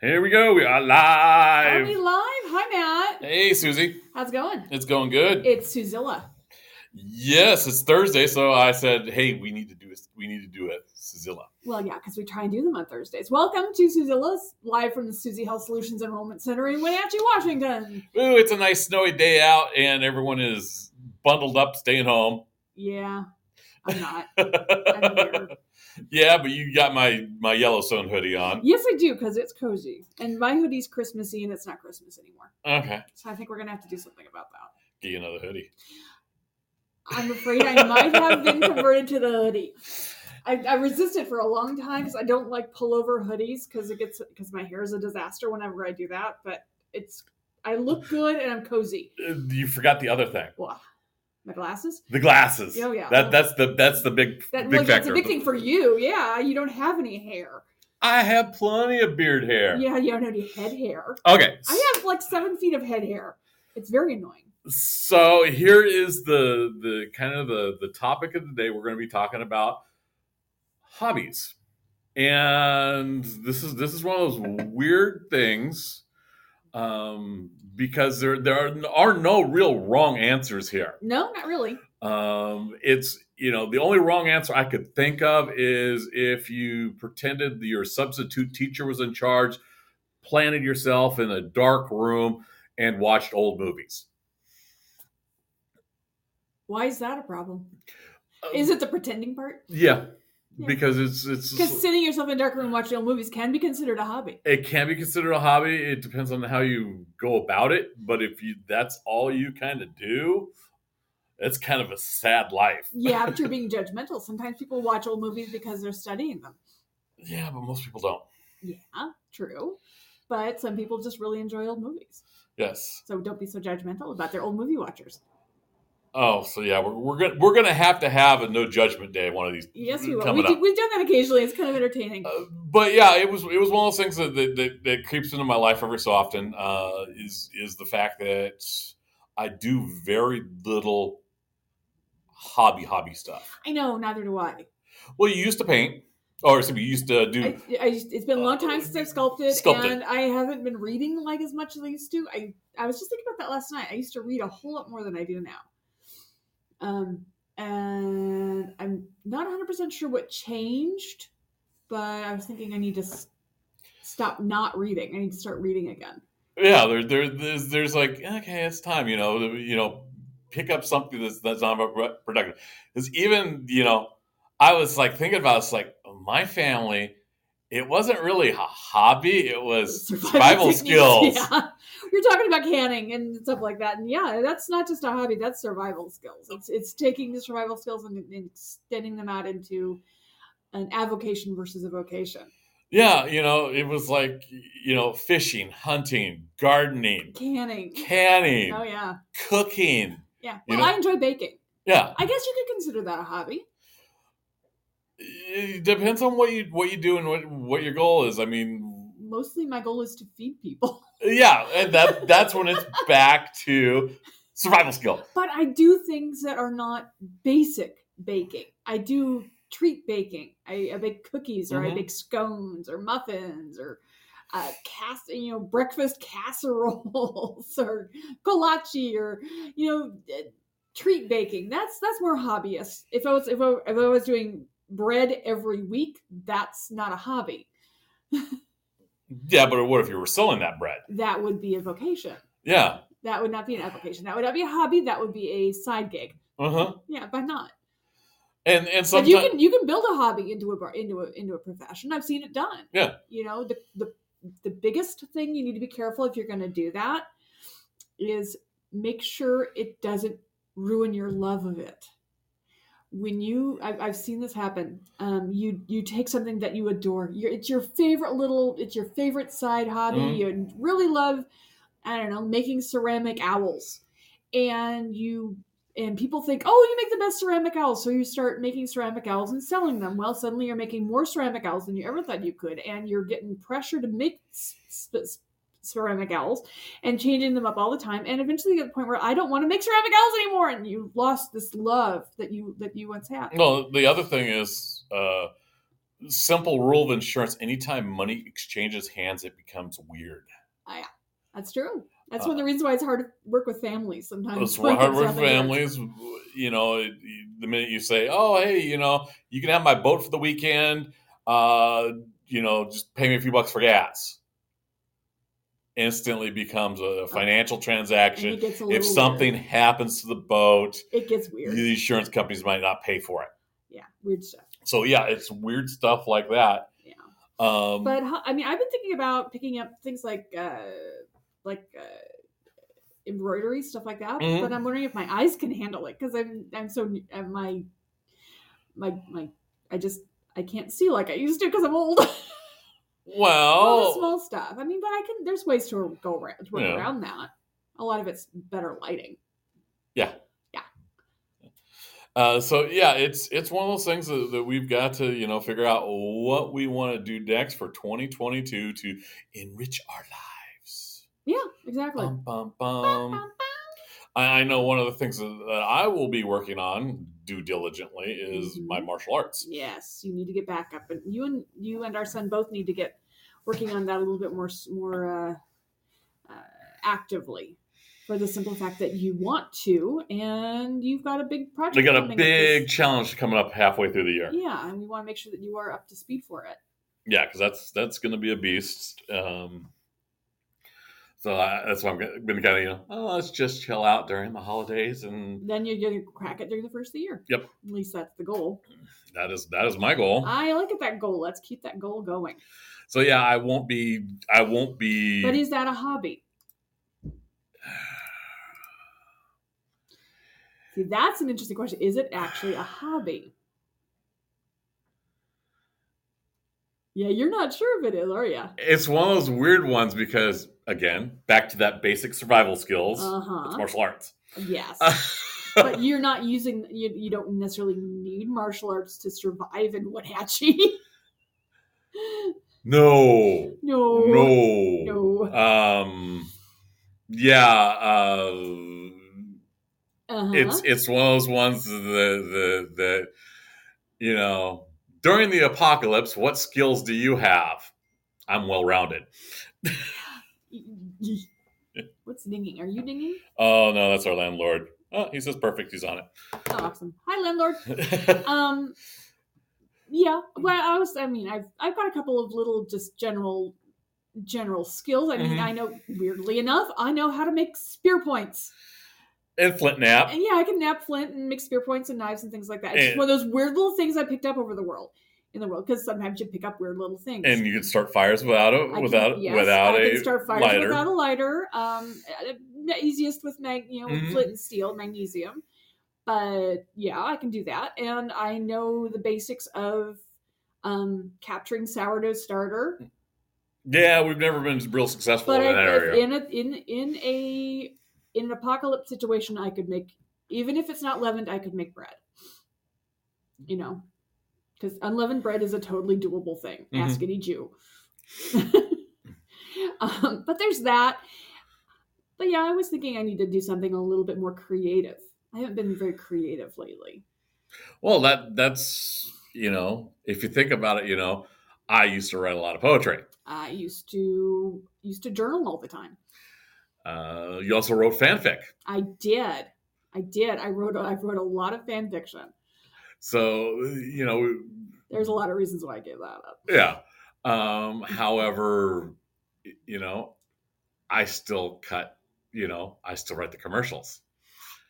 Here we go. We are live. Are we live? Hi, Matt. Hey, Susie. How's it going? It's going good. It's Suzilla. yes, it's Thursday, so I said, "Hey, we need to do this. We need to do it, Suzilla." Well, yeah, because we try and do them on Thursdays. Welcome to Suzilla's live from the Suzy Health Solutions Enrollment Center in Wenatchee, Washington. Ooh, it's a nice snowy day out, and everyone is bundled up, staying home. Yeah, I'm not. I'm here. yeah, but you got my my Yellowstone hoodie on. Yes, I do because it's cozy, and my hoodie's Christmassy, and it's not Christmas anymore. Okay, So I think we're gonna have to do something about that. get you another hoodie. I'm afraid I might have been converted to the hoodie. I, I resisted for a long time because I don't like pullover hoodies because it gets because my hair is a disaster whenever I do that. But it's I look good and I'm cozy. Uh, You forgot the other thing, Wow. My glasses? the glasses. Oh, yeah. That that's the that's the big That, big look, that's factor. a big thing for you. Yeah, you don't have any hair. I have plenty of beard hair. Yeah, Oh, you don't have any head hair. Okay. I have like seven feet of head hair. It's very annoying. so here is the the kind of the the topic of the day we're going to be talking about hobbies and this is this is one of those weird things um because there there are, are no real wrong answers here No, not really. um it's you know the only wrong answer i could think of is if you pretended that your substitute teacher was in charge planted yourself in a dark room and watched old movies Why is that a problem? Um, Is it the pretending part? Yeah, Yeah. because it's it's Because sitting yourself in a dark room watching old movies can be considered a hobby. it can be considered a hobby. It depends on how you go about it. But if you that's all you kind of do, it's kind of a sad life. Yeah, but you're being judgmental. Sometimes people watch old movies because they're studying them. Yeah, but most people don't. Yeah, true. But some people just really enjoy old movies. Yes. So don't be so judgmental about their old movie watchers. Oh, so yeah, we're we're gonna we're gonna have to have a no judgment day one of these. Yes, we will. We Mm-hmm. coming do, up. we've done that occasionally. It's kind of entertaining. Uh, but yeah, it was it was one of those things that that, that, that creeps into my life every so often. Uh, is is the fact that I do very little hobby hobby stuff. I know, neither do I. Well, you used to paint, or excuse me, you used to do. I, I just- it's been a long time since I've sculpted, Sculpted. and I haven't been reading like as much as I used to. I I was just thinking about that last night. I used to read a whole lot more than I do now. Um, and I'm not 100 percent sure what changed, but I was thinking I need to s- stop not reading. I need to start reading again. yeah, there, there, there's, there's like okay, it's time, you know, you know, pick up something that's that's not pro- productive. Because even you know, I was like thinking about it's like my family. It wasn't really a hobby; it was survival techniques, skills. Yeah. You're talking about canning and stuff like that. And yeah, that's not just a hobby, that's survival skills. It's it's taking the survival skills and, and extending them out into an avocation versus a vocation. yeah, you know, it was like you know, fishing, hunting, gardening, Canning. canning, Oh yeah. cooking. Yeah. You Well, know- I enjoy baking. Yeah, I guess you could consider that a hobby. it depends on what you what you do and what what your goal is. I mean, Mostly my goal is to feed people. yeah, and that that's when it's back to survival skill. But I do things that are not basic baking. I do treat baking. I, I bake cookies or I Mhm. bake scones or muffins or uh, cast you know breakfast casseroles or kolache or you know uh, treat baking. That's that's more hobbyist. If I was if I, if I was doing bread every week, that's not a hobby. Yeah, but what if you were selling that bread? That would be a vocation. Yeah, That would not be an application. That would not be a hobby. That would be a side gig. uh huh. Yeah, but not. And and But you sometimes can you can build a hobby into a bar, into a into a profession. I've seen it done. Yeah. You know the the the biggest thing you need to be careful if you're going to do that is make sure it doesn't ruin your love of it. When you, I've, I've seen this happen. Um, you you take something that you adore. Your, it's your favorite little. It's your favorite side hobby. Mhm. You really love. I don't know, making ceramic owls, and you and people think, oh, you make the best ceramic owls. So you start making ceramic owls and selling them. Well, suddenly you're making more ceramic owls than you ever thought you could, and you're getting pressure to make s- s- ceramic owls and changing them up all the time. And eventually you get to the point where I don't want to make ceramic owls anymore, and you lost this love that you that you once had. well, the other thing is uh, simple rule of insurance anytime money exchanges hands, it becomes weird. That's true. That's one of the reasons why it's hard to work with families sometimes. Uh, It's when hard work out for there. families. You know, it- the minute you say, "Oh, hey, you know, you can have my boat for the weekend," uh, you know, just pay me a few bucks for gas. Instantly becomes a financial Oh. And it transaction. gets a little If something weird. happens to the boat, it gets weird. the insurance companies might not pay for it. yeah, weird stuff. So yeah, it's weird stuff like that. Yeah. Um, But ho- I mean, I've been thinking about picking up things like uh, like uh, embroidery stuff like that. Mhm. But I'm wondering if my eyes can handle it because I'm I'm so uh, my my my I just I can't see like I used to because I'm old. All the well, small stuff. I mean, but I can. There's ways to go around to work Oh. Yeah. around that. A lot of it's better lighting. Uh, so yeah, it's it's one of those things that, that we've got to you know figure out what we want to do next for 2022 to enrich our lives. Yeah, exactly. Bum, bum, bum. I, I know one of the things that that I will be working on due diligently is Mhm. my martial arts. Yes, you need to get back up, and you and you and our son both need to get working on that a little bit more s- more uh, uh, actively, for the simple fact that you want to, and you've got a big project. We got a coming up big this- challenge coming up halfway through the year. Yeah, and we want to make sure that you are up to speed for it. yeah, because that's that's going to be a beast. Um, so I, that's why I'm gonna- been kind of you know oh, let's just chill out during the holidays, and Then you're going to crack it during the first of the year. Yep. At least that's the goal. that is that is my goal. I look at that goal. Let's keep that goal going. So yeah, I won't be. I won't be. But is that a hobby? See, that's an interesting question. Is it actually a hobby? Yeah, you're not sure if it is, are you? it's one of those weird ones because again, back to that basic survival skills. Uh It's huh. martial arts. Yes. but you're not using, you, you don't necessarily need martial arts to survive in Wenatchee. no, no. no, No. Um, yeah. Uh, Uh huh. It's it's one of those ones that the that you know during the apocalypse, what skills do you have? I'm well rounded. What's dinging? Are you dinging? Oh no, that's our landlord. Oh, he says perfect. He's on Oh, awesome. Hi, landlord. it. um yeah well i was i mean i've i've got a couple of little just general general skills i mean Mhm. i know weirdly enough i know how to make spear points and Flint Nap. and yeah i can nap flint and make spear points and knives and things like that it's just And- one of those weird little things i picked up over the world in the world because sometimes you pick up weird little things and you can start fires without a I can- without yes, without I can a start fires lighter. without a lighter. Um, uh, the easiest with mag, you know, with Mhm. flint and steel, magnesium. But yeah, I can do that, and I know the basics of um, capturing sourdough starter. yeah, we've never been real successful But in I, that area. in a in in a in an apocalypse situation, I could make even if it's not leavened, I could make bread. You know, because unleavened bread is a totally doable thing. Ask any Jew. um, but there's that. But yeah, I was thinking I need to do something a little bit more creative. I haven't been very creative lately. well, that that's you know, if you think about it, you know, I used to write a lot of poetry. I used to used to journal all the time. Uh, you also wrote fanfic, I did. I did. I wrote. I wrote a lot of fan fiction. so you know, There's a lot of reasons why I gave that up. yeah. Um, however, y- you know, I still cut. You know, I still write the commercials.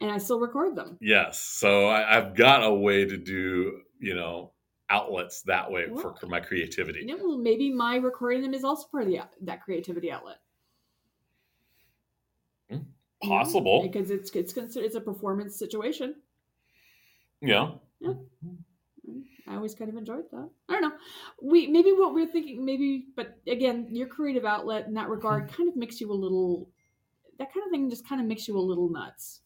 And I still record them. Yes. So I, I've got a way to do, you know, outlets that way for my You creativity. know, well, maybe my recording them is also part of the, that creativity outlet. Possible. Because it's it's considered it's a performance situation. Yeah. I always kind of enjoyed that. I don't know. We maybe what we're thinking maybe but again, your creative outlet in that regard kind of makes you a little that kind of thing just kind of makes you a little nuts.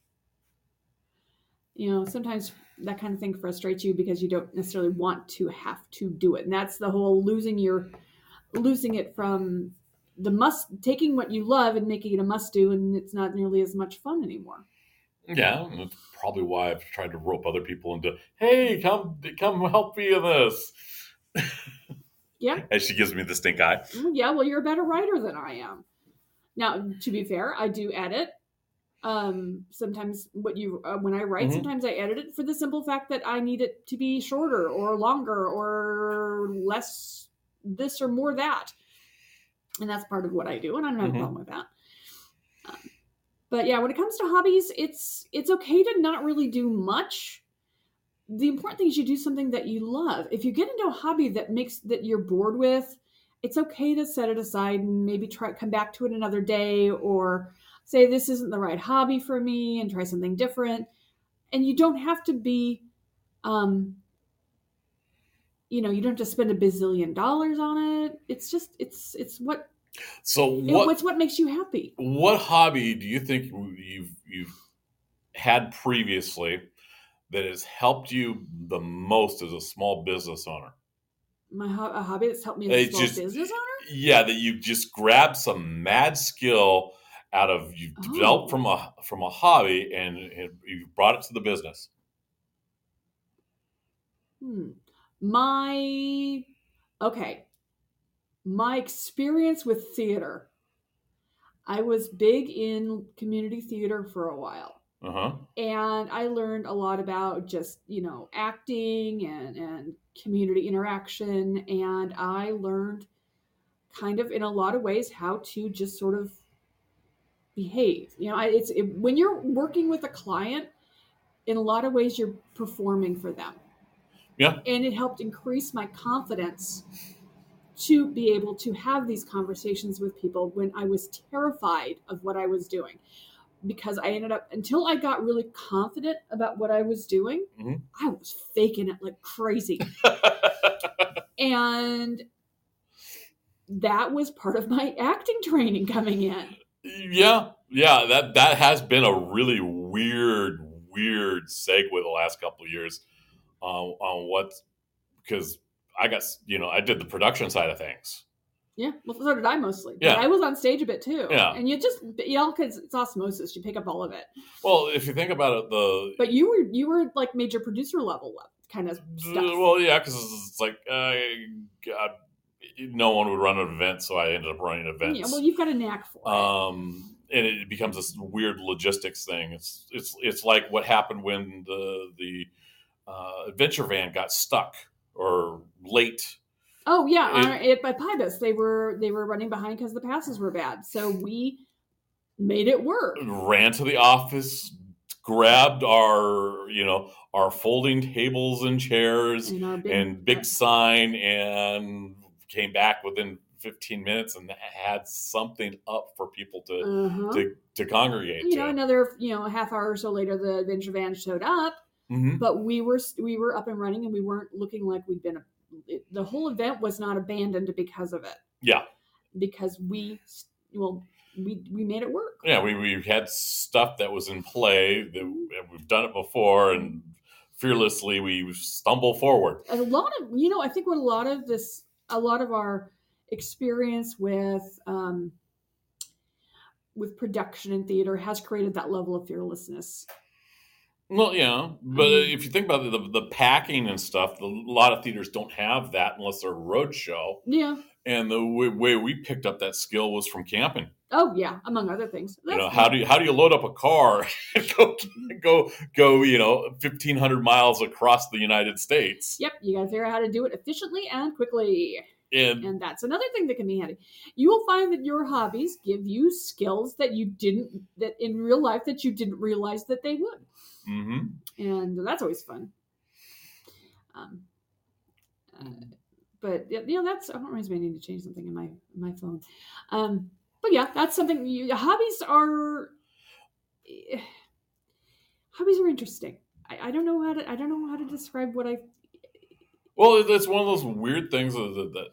You know, sometimes that kind of thing frustrates you because you don't necessarily want to have to do it. And that's the whole losing your losing it from the must taking what you love and making it a must do and it's not nearly as much fun anymore. Yeah. and That's probably why I've tried to rope other people into, hey, come come help me in this. Yeah. And she gives me the stink eye. Mm, Yeah, well, you're a better writer than I am. Now, to be fair, I do edit. Um, sometimes what you uh, when I write, Mhm. sometimes I edit it for the simple fact that I need it to be shorter or longer or less this or more that, and that's part of what I do, and I don't have Mhm. a problem with that. Um, but yeah, when it comes to hobbies, it's it's okay to not really do much. The important thing is you do something that you love. If you get into a hobby that makes that you're bored with, it's okay to set it aside and maybe try come back to it another day or say this isn't the right hobby for me and try something different and you don't have to be um you know you don't have to spend a bazillion dollars on it it's just it's it's what, So it- what it's what makes you happy what hobby do you think you've you've had previously that has helped you the most as a small business owner? my ho- a hobby that's helped me It's as a small just- business owner Yeah, that you just grabbed some mad skill out of you Oh. developed from a from a hobby and, and you brought it to the business. Hmm. My okay. My experience with theater. I was big in community theater for a while. Uh huh. And I learned a lot about just, you know, acting and, and community interaction. And I learned kind of in a lot of ways how to just sort of behave. You know, I, it's it, when you're working with a client, in a lot of ways, you're performing for them Yeah. and it helped increase my confidence to be able to have these conversations with people when I was terrified of what I was doing. Because I ended up, until I got really confident about what I was doing, Mhm. I was faking it like crazy. and that was part of my acting training coming in. Yeah, yeah, that that has been a really weird, weird segue the last couple of years on on what because I got s- you know I did the production side of things. Yeah, well, so did I mostly. Yeah. But I was on stage a bit too. Yeah. And you just, you know, because it's osmosis, you pick up all of it. Well, if you think about it, the But you were you were like major producer level up kind of stuff. well, yeah, because it's, it's like uh, God, no one would run an event, so I ended up running events. yeah, well, you've got a knack for it. um, and it becomes this weird logistics thing. It's it's it's like what happened when the the uh, adventure van got stuck or late. Oh yeah, it- on- it, by Pybus, they were they were running behind because the passes were bad, so we made it work. Ran to the office, grabbed our you know our folding tables and chairs And, our big, Mm-hmm. uh, and big sign, and came back within fifteen minutes and had something up for people to uh-huh. to, to congregate. you to. know, another you know a half hour or so later, the adventure van showed up, Mhm. but we were we were up and running, and we weren't looking like we'd been. A, it, the whole event was not abandoned because of it. Yeah. because we well we we made it work. yeah, we we had stuff that was in play that and we've done it before, and fearlessly we stumble forward. a lot of you know i think what a lot of this a lot of our experience with um with production and theater has created that level of fearlessness Well, yeah, but Mhm. if you think about the the, the packing and stuff, the, a lot of theaters don't have that unless they're a road show. yeah And the way, way we picked up that skill was from camping. oh yeah among other things you know, how do you how do you load up a car and go go go you know fifteen hundred miles across the United States? yep you gotta figure out how to do it efficiently and quickly And and that's another thing that can be handy you will find that your hobbies give you skills that you didn't that in real life that you didn't realize that they would hmm and that's always fun. Um, uh, but yeah, you know, that's I don't realize I need to change something in my in my phone. Um, but yeah, that's something. You, hobbies are eh, hobbies are interesting. I, I don't know how to I don't know how to describe what I Well, it- it's one of those weird things that that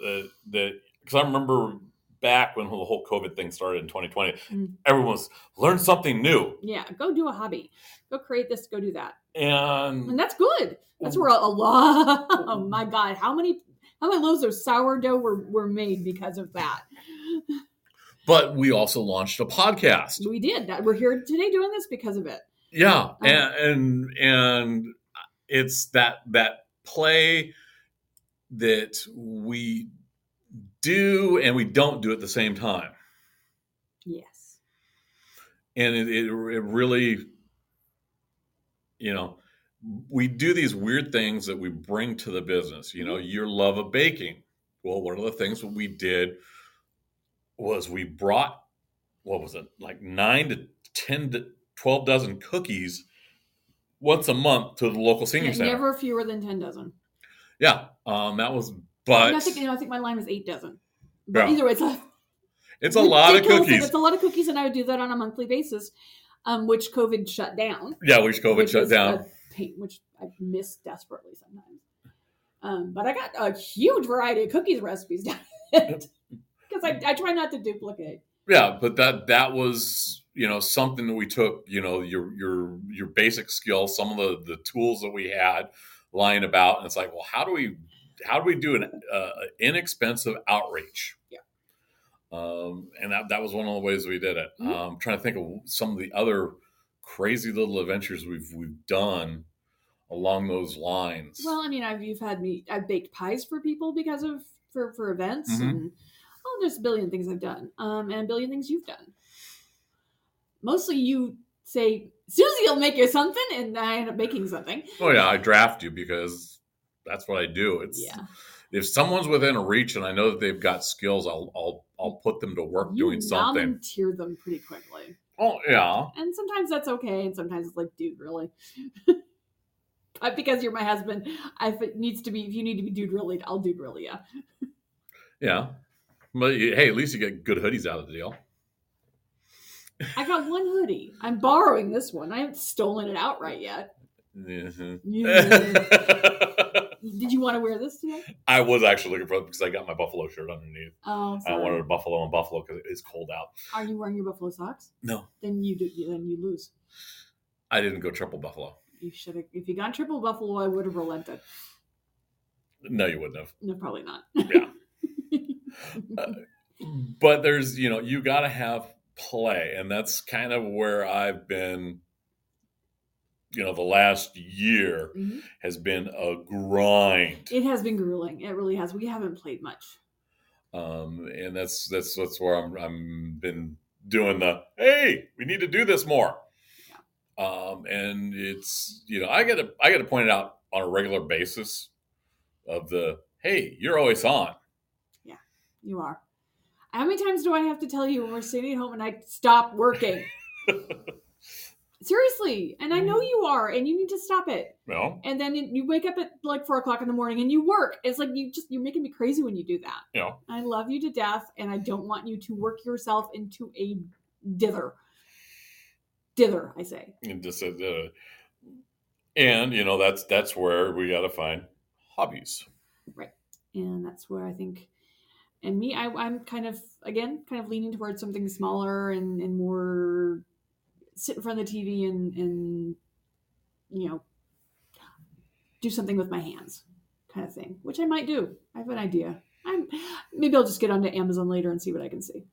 that because I remember back when the whole COVID thing started in 2020, Mm. everyone was learn something new, yeah. Go do a hobby. Go create this. Go do that. And and that's good. That's where a, a lot. Oh my god, how many how many loaves of sourdough were were made because of that? but we also launched a podcast. We did that. We're here today doing this because of it. Yeah, Um, and and and it's that that play that we do and we don't do at the same time. Yes. And it, it, it really, you know, we do these weird things that we bring to the business. You know, Mm-hmm. your love of baking. Well, one of the things that we did was we brought what was it like nine to ten to twelve dozen cookies once a month to the local senior Yeah, center. never fewer than ten dozen. yeah, um, that was I, but mean, I think you know, I think my line was eight dozen. Yeah. But either way, it's a it's a lot of ridiculous thing. cookies. It's a lot of cookies, and I would do that on a monthly basis, um, which COVID shut down. Yeah, which COVID which shut is down. a pain- which I miss desperately sometimes. Um, but I got a huge variety of cookies recipes down because I, I try not to duplicate. yeah but that that was you know something that we took you know your your your basic skill some of the the tools that we had lying about and it's like well how do we how do we do an uh, inexpensive outreach Yeah. um and that, that was one of the ways we did it Mhm. um trying to think of some of the other crazy little adventures we've we've done along those lines Well, I mean, I've you've had me I've baked pies for people because of for for events Mhm. and oh, there's a billion things I've done, um, and a billion things you've done. Mostly, you say Susie will make you something, and I end up making something. oh yeah i draft you because that's what i do it's Yeah, if someone's within reach and I know that they've got skills, I'll I'll I'll put them to work you doing something. volunteer them pretty quickly, Oh yeah, and sometimes that's okay, and sometimes it's like, dude, really. But because you're my husband, I- if it needs to be, if you need to be dude really, I'll dude really yeah. yeah. But you- hey, at least you get good hoodies out of the deal. I got one hoodie. I'm borrowing this one. I haven't stolen it outright yet. Mm-hmm. Mhm. Yeah. Did you want to wear this today? I was actually looking for it because I got my buffalo shirt underneath. Oh, I sorry. wanted a buffalo and buffalo because it's cold out. Are you wearing your buffalo socks? No, Then you do. Then you lose. I didn't go triple buffalo. You should have. If you got triple buffalo, I would have relented. No, you wouldn't have. No, probably not. Yeah. Mm. But there's you know you got to have play, and that's kind of where I've been. You know, the last year Mhm. has been a grind. It has been grueling. It really has. We haven't played much. um, and that's that's that's where I'm I'm been doing the hey we need to do this more, um, and it's you know I got to I got to point it out on a regular basis of the hey you're always on You are. How many times do I have to tell you when we're sitting at home and I stop working? Seriously, and I know you are, and you need to stop it. well And then you wake up at like four o'clock in the morning and you work. It's like you just you're making me crazy when you do that. you know I love you to death, and I don't want you to work yourself into a dither. Dither, I say. and just uh, and you know that's that's where we got to find hobbies And that's where I think, and me, I, I'm kind of, again, kind of leaning towards something smaller and, and more sit in front of the TV and, and, you know, do something with my hands kind of thing, which I might do. I have an idea. I'm, maybe I'll just get onto Amazon later and see what I can see.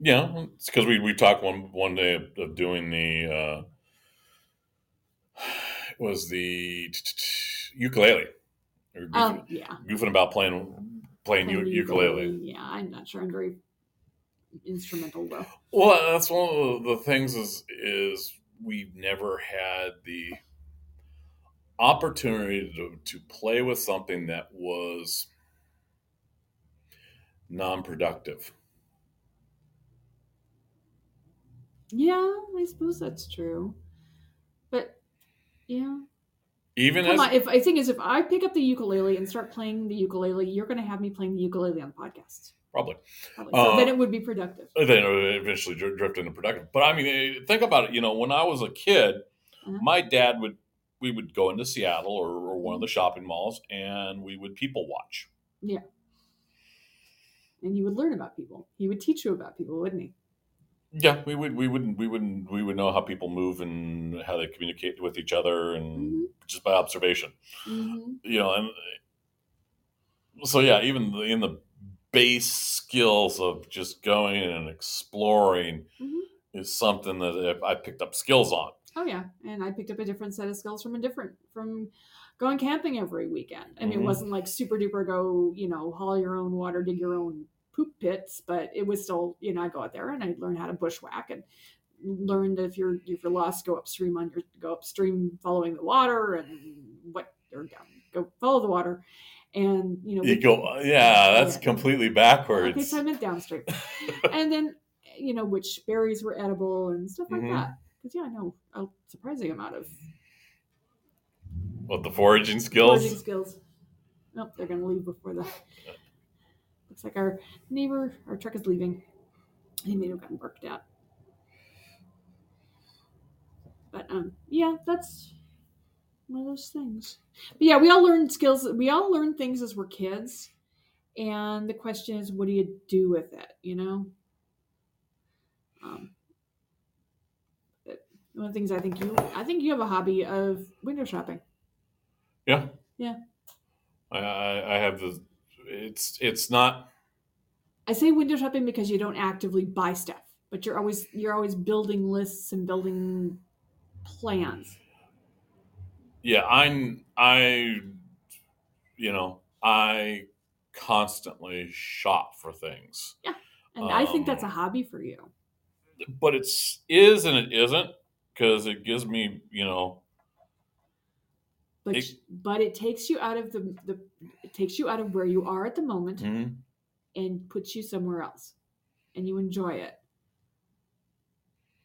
yeah it's because we we talked one one day of, of doing the uh, it was the ukulele. Or Oh, yeah. goofing about playing playing u- Playing the ukulele. Yeah, I'm not sure. I'm very instrumental though. Well, that's one of the things is is we've never had the opportunity to, to play with something that was non-productive. Yeah, I suppose that's true. But yeah, Even come as on. If I think is if I pick up the ukulele and start playing the ukulele, you're going to have me playing the ukulele on the podcast. probably Probably. So Uh, then it would be productive. then it would eventually dr- drift into productive. But I mean, eh, think about it. You know, when I was a kid, Uh-huh. my dad would we would go into Seattle or, or one of the shopping malls, and we would people watch. And you would learn about people. He would teach you about people, wouldn't he? Yeah, we would we wouldn't we wouldn't we would know how people move and how they communicate with each other and Mhm. just by observation. hmm You know, and eh, so yeah, even the, in the base skills of just going and exploring hmm is something that if I picked up skills on. Oh yeah, and I picked up a different set of skills from a different from going camping every weekend. I mean, Mhm. it wasn't like super duper go, you know, haul your own water, dig your own poop pits, but it was still, you know, I go out there and I learn how to bushwhack and learned if you're if you're lost, go upstream on your go upstream following the water and what or down go follow the water. And you know, You we- go, uh, yeah, that's Yeah. completely Okay, backwards. so I meant downstream. and then, you know, which berries were edible and stuff like Mhm. that. Because, yeah, I know a surprising amount of What the foraging skills? foraging skills. Nope, they're going to leave before the. Looks like our neighbor, our truck is leaving. He may have gotten barked at. But um, yeah, that's one of those things. But yeah, we all learn skills. We all learn things as we're kids, and the question is, what do you do with it? You know. Um, but one of the things I think you, I think you have a hobby of window shopping. Yeah. Yeah. I, I I have the. It's it's not. I say window shopping because you don't actively buy stuff, but you're always you're always building lists and building plans. Yeah, I'm. I. You know, I constantly shop for things, And I think that's a Um, hobby for you. but it's is and it isn't because it gives me you know But it- but it takes you out of the, the it takes you out of where you are at the moment mhm, and puts you somewhere else. And you enjoy it.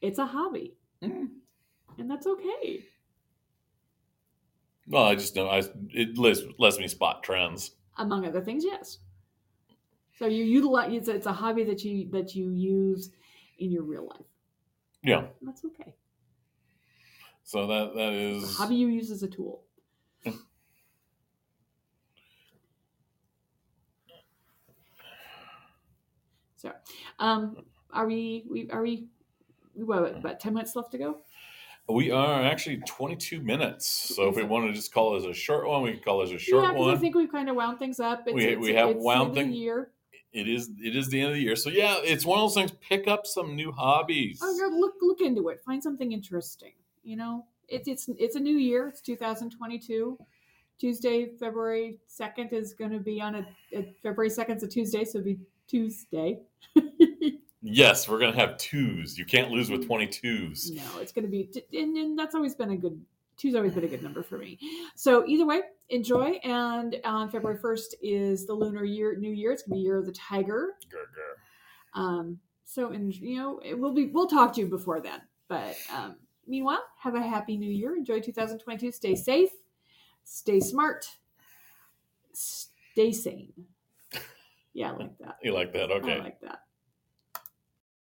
It's a hobby. Mm. And that's okay. well I just know I it lets lets me spot trends. Among other things, yes. So you utilize it's a, it's a hobby that you that you use in your real life. Yeah, And that's okay. so that that It's is a hobby you use as a tool. so, um, are we? We are we? We what? About ten minutes left to go. we are actually 22 minutes. So if we Okay. want to just call this a short one, we can call this a short yeah, one. I think we've kind of wound things up. It's, We- it's, we have it's the wound end of the thing- Year. it is it is the end of the year. So yeah, it's one of those things. Pick up some new hobbies. Oh, yeah, look look into it. Find something interesting. You know, it's it's it's a new year. It's 2022. Tuesday, February 2nd is going to be on a, a February 2nd is a Tuesday, so it'll be Tuesday. Yes, we're gonna have twos. You can't lose with twenty twos. No, it's going to be, and, and that's always been a good. Two's always been a good number for me. So either way, enjoy. And on February first is the lunar year, new year. It's going to be year of the tiger. Um, so and you know it will be. We'll talk to you before then. But um, meanwhile, have a happy new year. Enjoy 2022. Stay safe. Stay smart. Stay sane. Yeah, I like that. You like that? I Okay. like that.